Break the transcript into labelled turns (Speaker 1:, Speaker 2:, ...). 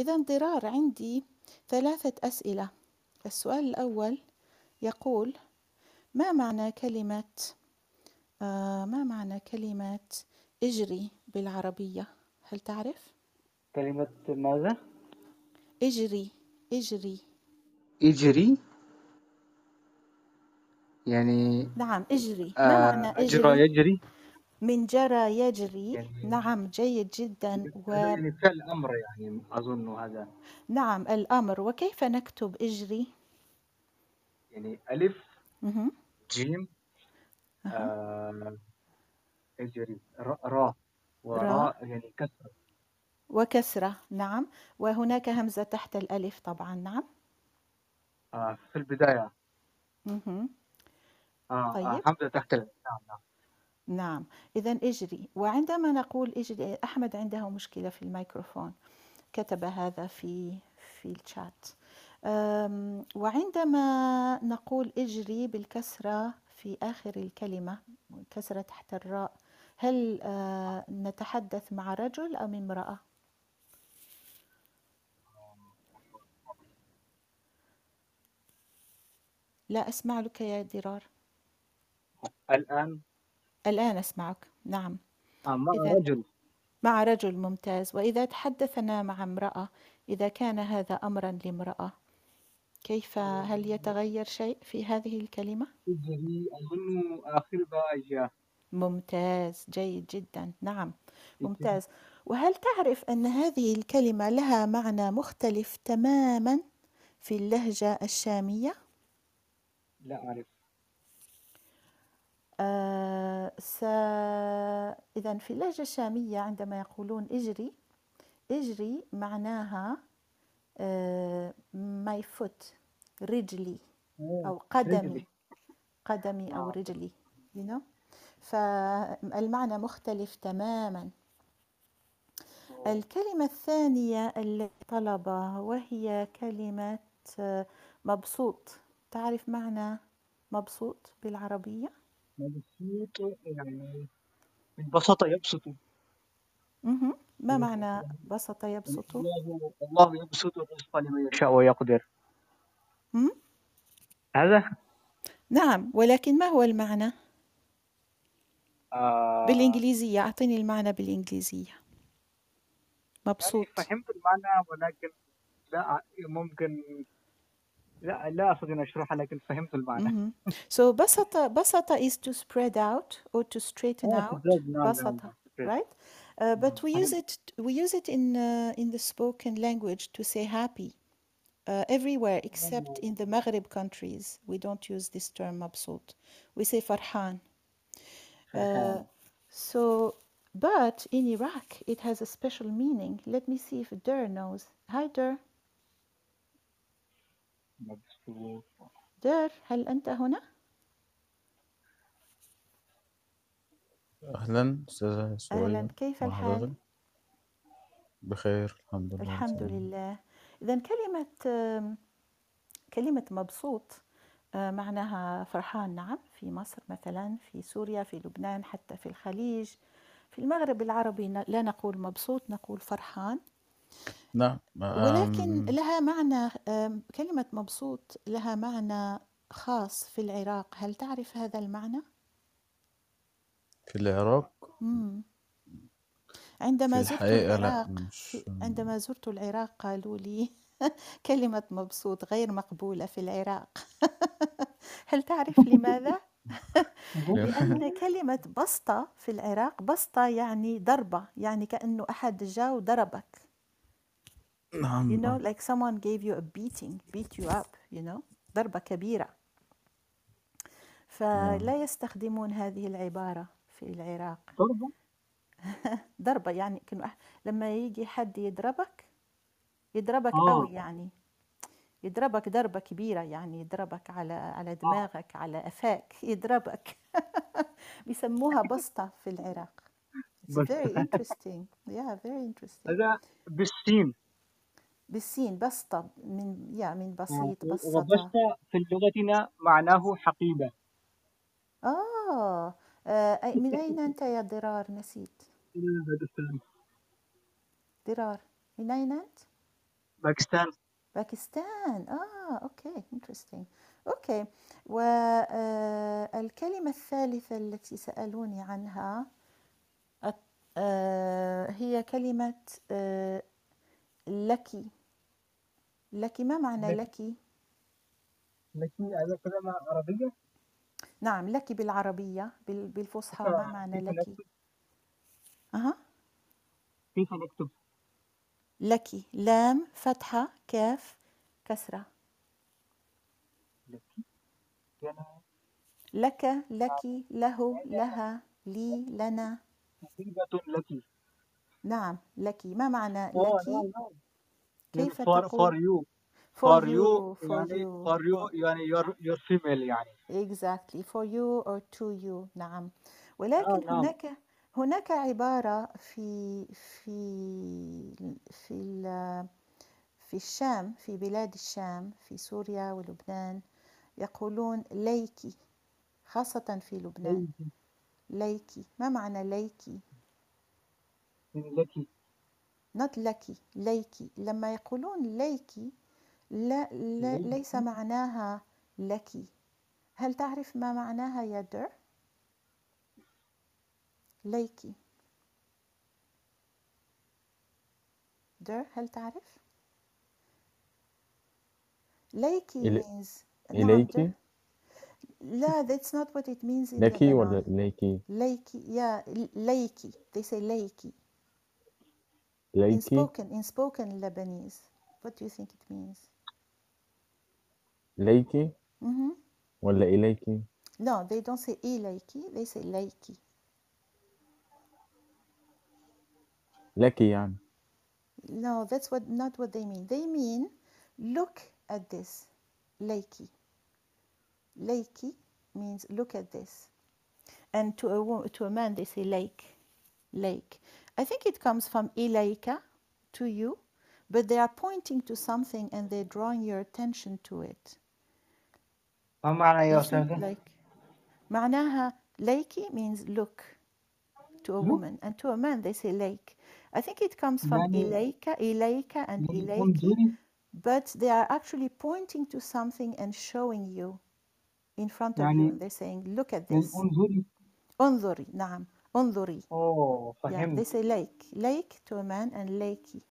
Speaker 1: إذا ضرار عندي ثلاثة أسئلة، السؤال الأول يقول: ما معنى كلمة آه، ما معنى كلمة اجري بالعربية؟ هل تعرف؟
Speaker 2: كلمة ماذا؟
Speaker 1: اجري اجري
Speaker 3: اجري يعني
Speaker 1: نعم اجري ما معنى
Speaker 3: آه، أجرى
Speaker 1: اجري؟
Speaker 3: يجري
Speaker 1: من جرى يجري
Speaker 3: يعني
Speaker 1: نعم جيد جدا
Speaker 3: هذا
Speaker 1: و
Speaker 3: يعني فعل أمر يعني أظن هذا
Speaker 1: نعم الأمر وكيف نكتب اجري؟
Speaker 3: يعني ألف
Speaker 1: مهم.
Speaker 3: جيم
Speaker 1: أها
Speaker 3: آه اجري را را
Speaker 1: را
Speaker 3: وراء يعني كسر
Speaker 1: وكسرة نعم وهناك همزة تحت الألف طبعا نعم
Speaker 3: آه في البداية
Speaker 1: مهم.
Speaker 3: آه آه
Speaker 1: طيب
Speaker 3: حمزة تحت ال- نعم نعم
Speaker 1: نعم إذا اجري وعندما نقول اجري أحمد عنده مشكلة في الميكروفون كتب هذا في في الشات أم، وعندما نقول اجري بالكسرة في آخر الكلمة كسرة تحت الراء هل آه، نتحدث مع رجل أم امرأة؟ لا أسمع لك يا درار
Speaker 3: الآن
Speaker 1: الآن أسمعك نعم
Speaker 3: آه مع
Speaker 1: إذا
Speaker 3: رجل
Speaker 1: مع رجل ممتاز وإذا تحدثنا مع امرأة إذا كان هذا أمرا لامرأة كيف هل يتغير شيء في هذه الكلمة؟
Speaker 3: اجري أظن آخر باجة
Speaker 1: ممتاز جيد جدا نعم
Speaker 3: اجري
Speaker 1: ممتاز وهل تعرف أن هذه الكلمة لها معنى مختلف تماما في اللهجة الشامية؟
Speaker 3: لا أعرف
Speaker 1: آه س... إذا في اللهجة الشامية عندما يقولون اجري اجري معناها آه my foot رجلي
Speaker 3: أوه،
Speaker 1: أو قدمي
Speaker 3: رجلي
Speaker 1: قدمي أو
Speaker 3: آه
Speaker 1: رجلي you know فالمعنى مختلف تماما
Speaker 3: أوه.
Speaker 1: الكلمة الثانية اللي طلبها وهي كلمة آه، مبسوط تعرف معنى مبسوط بالعربية؟
Speaker 3: مبسوط يعني بسط يبسط
Speaker 1: مهم. ما
Speaker 3: يعني
Speaker 1: معنى بسط يبسط؟
Speaker 3: الله الله يبسط الرزق لمن يشاء ويقدر
Speaker 1: مم؟
Speaker 3: هذا
Speaker 1: نعم ولكن ما هو المعنى؟
Speaker 3: آه
Speaker 1: بالإنجليزية أعطيني المعنى بالإنجليزية
Speaker 3: يعني
Speaker 1: مبسوط
Speaker 3: فهمت المعنى ولكن لا أع- ممكن لا لا أستطيع أن أشرحها لكن فهمت المعنى
Speaker 1: مهم. So بسط بسط is to spread out or to straighten
Speaker 3: آه
Speaker 1: out
Speaker 3: سداد نعم نعم
Speaker 1: بسط
Speaker 3: نعم سداد.
Speaker 1: right Uh, but
Speaker 3: نعم
Speaker 1: we use
Speaker 3: فهمت
Speaker 1: it we use it in uh, in the spoken language to say happy uh, everywhere
Speaker 3: Oh.
Speaker 1: except in the Maghrib countries we don't use this term مبسوط we say فرحان Uh,
Speaker 3: فرحان
Speaker 1: so, but in Iraq, it has a special meaning. Let me see if Dur knows. Hi, Dur.
Speaker 3: مبسوط
Speaker 1: Dur, هل أنت هنا؟
Speaker 4: أهلا أستاذة
Speaker 1: أهلا،
Speaker 4: سوية
Speaker 1: كيف
Speaker 4: مع
Speaker 1: الحال؟
Speaker 4: حضرتك بخير الحمد لله أنت
Speaker 1: الحمد
Speaker 4: عامل
Speaker 1: لله. إذا كلمة آم، كلمة مبسوط آه، معناها فرحان نعم في مصر مثلا في سوريا في لبنان حتى في الخليج في المغرب العربي ن- لا نقول مبسوط نقول فرحان
Speaker 4: نعم
Speaker 1: ولكن
Speaker 4: أم...
Speaker 1: لها معنى آم، كلمة مبسوط لها معنى خاص في العراق هل تعرف هذا المعنى؟
Speaker 4: في العراق
Speaker 1: مم.
Speaker 4: في
Speaker 1: عندما زرت
Speaker 4: الحقيقة لا
Speaker 1: العراق في
Speaker 4: مش
Speaker 1: عندما زرت العراق قالوا لي كلمة مبسوط غير مقبولة في العراق هل تعرف لماذا؟
Speaker 4: لأن
Speaker 1: لأن كلمة بسطة في العراق بسطة يعني ضربة يعني كأنه أحد جاء وضربك you
Speaker 3: Mm-hmm.
Speaker 4: نعم
Speaker 1: know
Speaker 4: آه.
Speaker 1: like someone gave you a beating beat you up you know ضربة كبيرة
Speaker 4: نعم
Speaker 1: فلا يستخدمون هذه العبارة في العراق
Speaker 3: ضربة
Speaker 1: ضربة يعني كأنه أح- لما يجي حد يضربك يضربك قوي
Speaker 3: آه
Speaker 1: يعني يضربك ضربة كبيرة يعني يضربك على على
Speaker 3: آه
Speaker 1: دماغك على قفاك يضربك بيسموها بسطة في العراق It's
Speaker 3: بس
Speaker 1: very interesting yeah very interesting
Speaker 3: هذا بالسين
Speaker 1: بالسين بسطة من يا من
Speaker 3: آه،
Speaker 1: بسيط بسطة
Speaker 3: وبسطة في لغتنا معناه حقيبة
Speaker 1: آه آه، أي- من أين أنت يا ضرار نسيت
Speaker 3: إلى بعد السلام
Speaker 1: ضرار من أين أنت
Speaker 3: باكستان
Speaker 1: باكستان اه اوكي انترستينج اوكي والكلمة آه، الثالثة التي سألوني عنها أت- آه، هي كلمة آه، لكي لكي ما معنى لكي؟
Speaker 3: لكن هذا كلام عربية
Speaker 1: نعم لكي بالعربية بال- بالفصحى ما معنى
Speaker 3: كيف
Speaker 1: لكي؟
Speaker 3: نكتب
Speaker 1: أها
Speaker 3: كيف نكتب
Speaker 1: لكي لام فتحة كاف كسرة
Speaker 3: لكي أنا
Speaker 1: لك لك له لها لي لنا
Speaker 3: حبيبة لكي
Speaker 1: نعم لك ما معنى
Speaker 3: اه لا
Speaker 1: لك
Speaker 3: لا يعني
Speaker 1: كيف
Speaker 3: for for
Speaker 1: تقول
Speaker 3: you
Speaker 1: for
Speaker 3: for
Speaker 1: you
Speaker 3: you
Speaker 1: for
Speaker 3: يعني
Speaker 1: you
Speaker 3: for you يعني your your female يعني
Speaker 1: exactly for you or to you نعم
Speaker 3: اه
Speaker 1: ولكن
Speaker 3: نعم
Speaker 1: هناك هناك عبارة في في في ال- في الشام في بلاد الشام في سوريا ولبنان يقولون ليكي خاصة في لبنان
Speaker 3: لكي
Speaker 1: ليكي ما معنى ليكي
Speaker 3: لكي
Speaker 1: not lucky ليكي لما يقولون ليكي لا, لا ليس
Speaker 3: لكي
Speaker 1: معناها لكي هل تعرف ما معناها يا در ليكي در هل تعرف ليكي
Speaker 5: إلي...
Speaker 1: means نعم در
Speaker 5: إليكي
Speaker 1: لا that's not what it means in
Speaker 5: لكي ولا
Speaker 1: Lebanon
Speaker 5: إليكي
Speaker 1: ليكي yeah ليكي they say ليكي in
Speaker 5: إليكي
Speaker 1: spoken in spoken Lebanese what do you think it means
Speaker 5: إليكي
Speaker 1: mm
Speaker 5: ولا إليكي
Speaker 1: No, they don't say إليكي, they say ليكي.
Speaker 5: لك يعني
Speaker 1: No, that's what not what they mean. They mean look at this. ليكي. ليكي means look at this. And to a wo- to a man they say lake. Lake. I think it comes from إليك to you, but they are pointing to something and they're drawing your attention to it.
Speaker 2: ما معنى يا
Speaker 1: Isn't
Speaker 2: أستاذة؟
Speaker 1: like معناها ليكي means look. to a
Speaker 3: look
Speaker 1: woman and to a man they say lake i think it comes from
Speaker 3: يعني
Speaker 1: ileika ileika and
Speaker 3: يعني
Speaker 1: ileiki
Speaker 3: انظري
Speaker 1: but they are actually pointing to something and showing you in front of you
Speaker 3: يعني
Speaker 1: and they're saying look at
Speaker 3: يعني
Speaker 1: this
Speaker 3: انظري
Speaker 1: انظري نعم انظري
Speaker 3: اوه
Speaker 1: yeah they
Speaker 3: فهمت
Speaker 1: say lake lake to a man and lakey